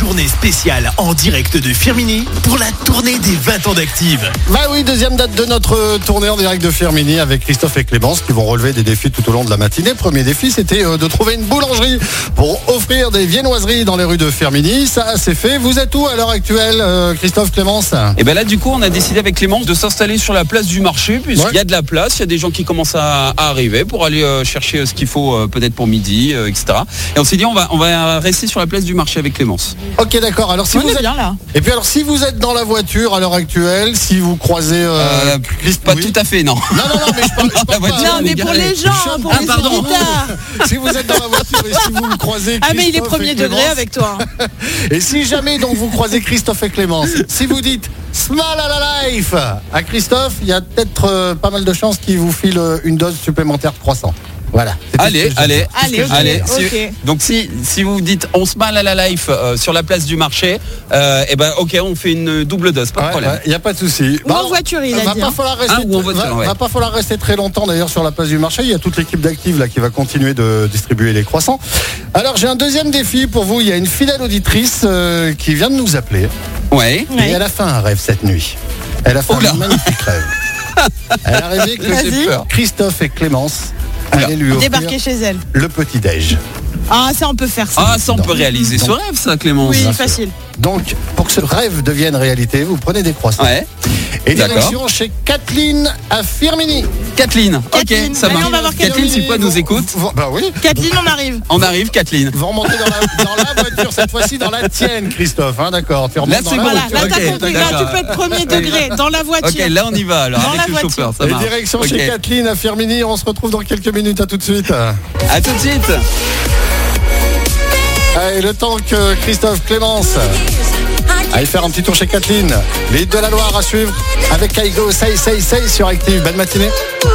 journée spéciale en direct de Firmini pour la tournée des 20 ans d'Active. Bah oui, deuxième date de notre tournée en direct de Firmini avec Christophe et Clémence qui vont relever des défis tout au long de la matinée. Premier défi, c'était euh, de trouver une boulangerie pour offrir des viennoiseries dans les rues de Firmini. Ça, c'est fait. Vous êtes où à l'heure actuelle, euh, Christophe, Clémence Et bien là, du coup, on a décidé avec Clémence de s'installer sur la place du marché, puisqu'il Ouais. y a de la place, il y a des gens qui commencent à, à arriver pour aller euh, chercher euh, ce qu'il faut euh, peut-être pour midi, euh, etc. Et on s'est dit, on va, on va rester sur la place du marché avec Clémence. Ok, d'accord. Alors si On vous est êtes... bien là. Et puis alors, si vous êtes dans la voiture à l'heure actuelle, si vous croisez euh, Euh, Christ- pas oui. tout à fait, non. Non, non, non, mais je parle, je parle La voiture. pas- euh, Ah, on Non, est mais pour garé. les gens, hein, pour Ah, les pardon. auditeurs. Si vous êtes dans la voiture et si vous croisez Ah, mais il est Christophe et premier degré Clémence, avec toi. hein. Et si jamais donc vous croisez Christophe et Clémence, si vous dites Smile à la life à Christophe, il y a peut-être euh, pas mal de chances qu'il vous file euh, une dose supplémentaire de croissant. Voilà. C'était ce Allez, que je- allez, Allez, ok, si- ok. Donc si, si vous dites on se mal à la life euh, sur la place du marché, euh, et ben ok, on fait une double dose, pas de Ouais, problème. ouais, Il n'y a pas de souci. Bah, Ou en voiture, il a va dit, Pas hein. falloir rester, Ah, ou en voiture, va, ouais. va pas falloir rester très longtemps d'ailleurs sur la place du marché. Il y a toute l'équipe d'Active là qui va continuer de distribuer les croissants. Alors j'ai un deuxième défi pour vous. Il y a une fidèle auditrice euh, qui vient de nous appeler. Ouais. Et Ouais. elle a fait un rêve cette nuit. Elle a fait Oula. un magnifique rêve. Elle a rêvé que J'ai peur. Christophe et Clémence Oula. allaient lui offrir Débarquer chez elle. le petit-déj. Ah, ça, on peut faire ça. Ah, ça on peut réaliser ce Non. rêve, ça, Clémence. oui, bien facile. Donc, pour que ce rêve devienne réalité, vous prenez des croissants. Ouais. et d'accord. direction chez Kathleen à Firmini. Kathleen. Kathleen. Ok, ça Allez, marche. on va voir Kathleen, Kathleen. si pas nous écoute, Vous- Bah oui. Kathleen, on arrive. on arrive, Kathleen. Vous remontez dans la, dans la voiture, cette fois-ci dans la tienne, Christophe. hein, D'accord. Tu remontes Là, dans c'est la bon, Voilà, voiture. Ah, là, Ok, t'as compris. Là, d'accord. tu peux être premier degré dans la voiture. Ok, là on y va alors Dans avec la le voiture. chauffeur, ça Et marche. direction Ok. chez Kathleen à Firmini. On se retrouve dans quelques minutes. À tout de suite. À tout de suite. Allez, le temps que Christophe Clémence aille faire un petit tour chez Kathleen. Les de la Loire à suivre avec Aigo, Say Say Say sur Active. Bonne matinée. Ooh,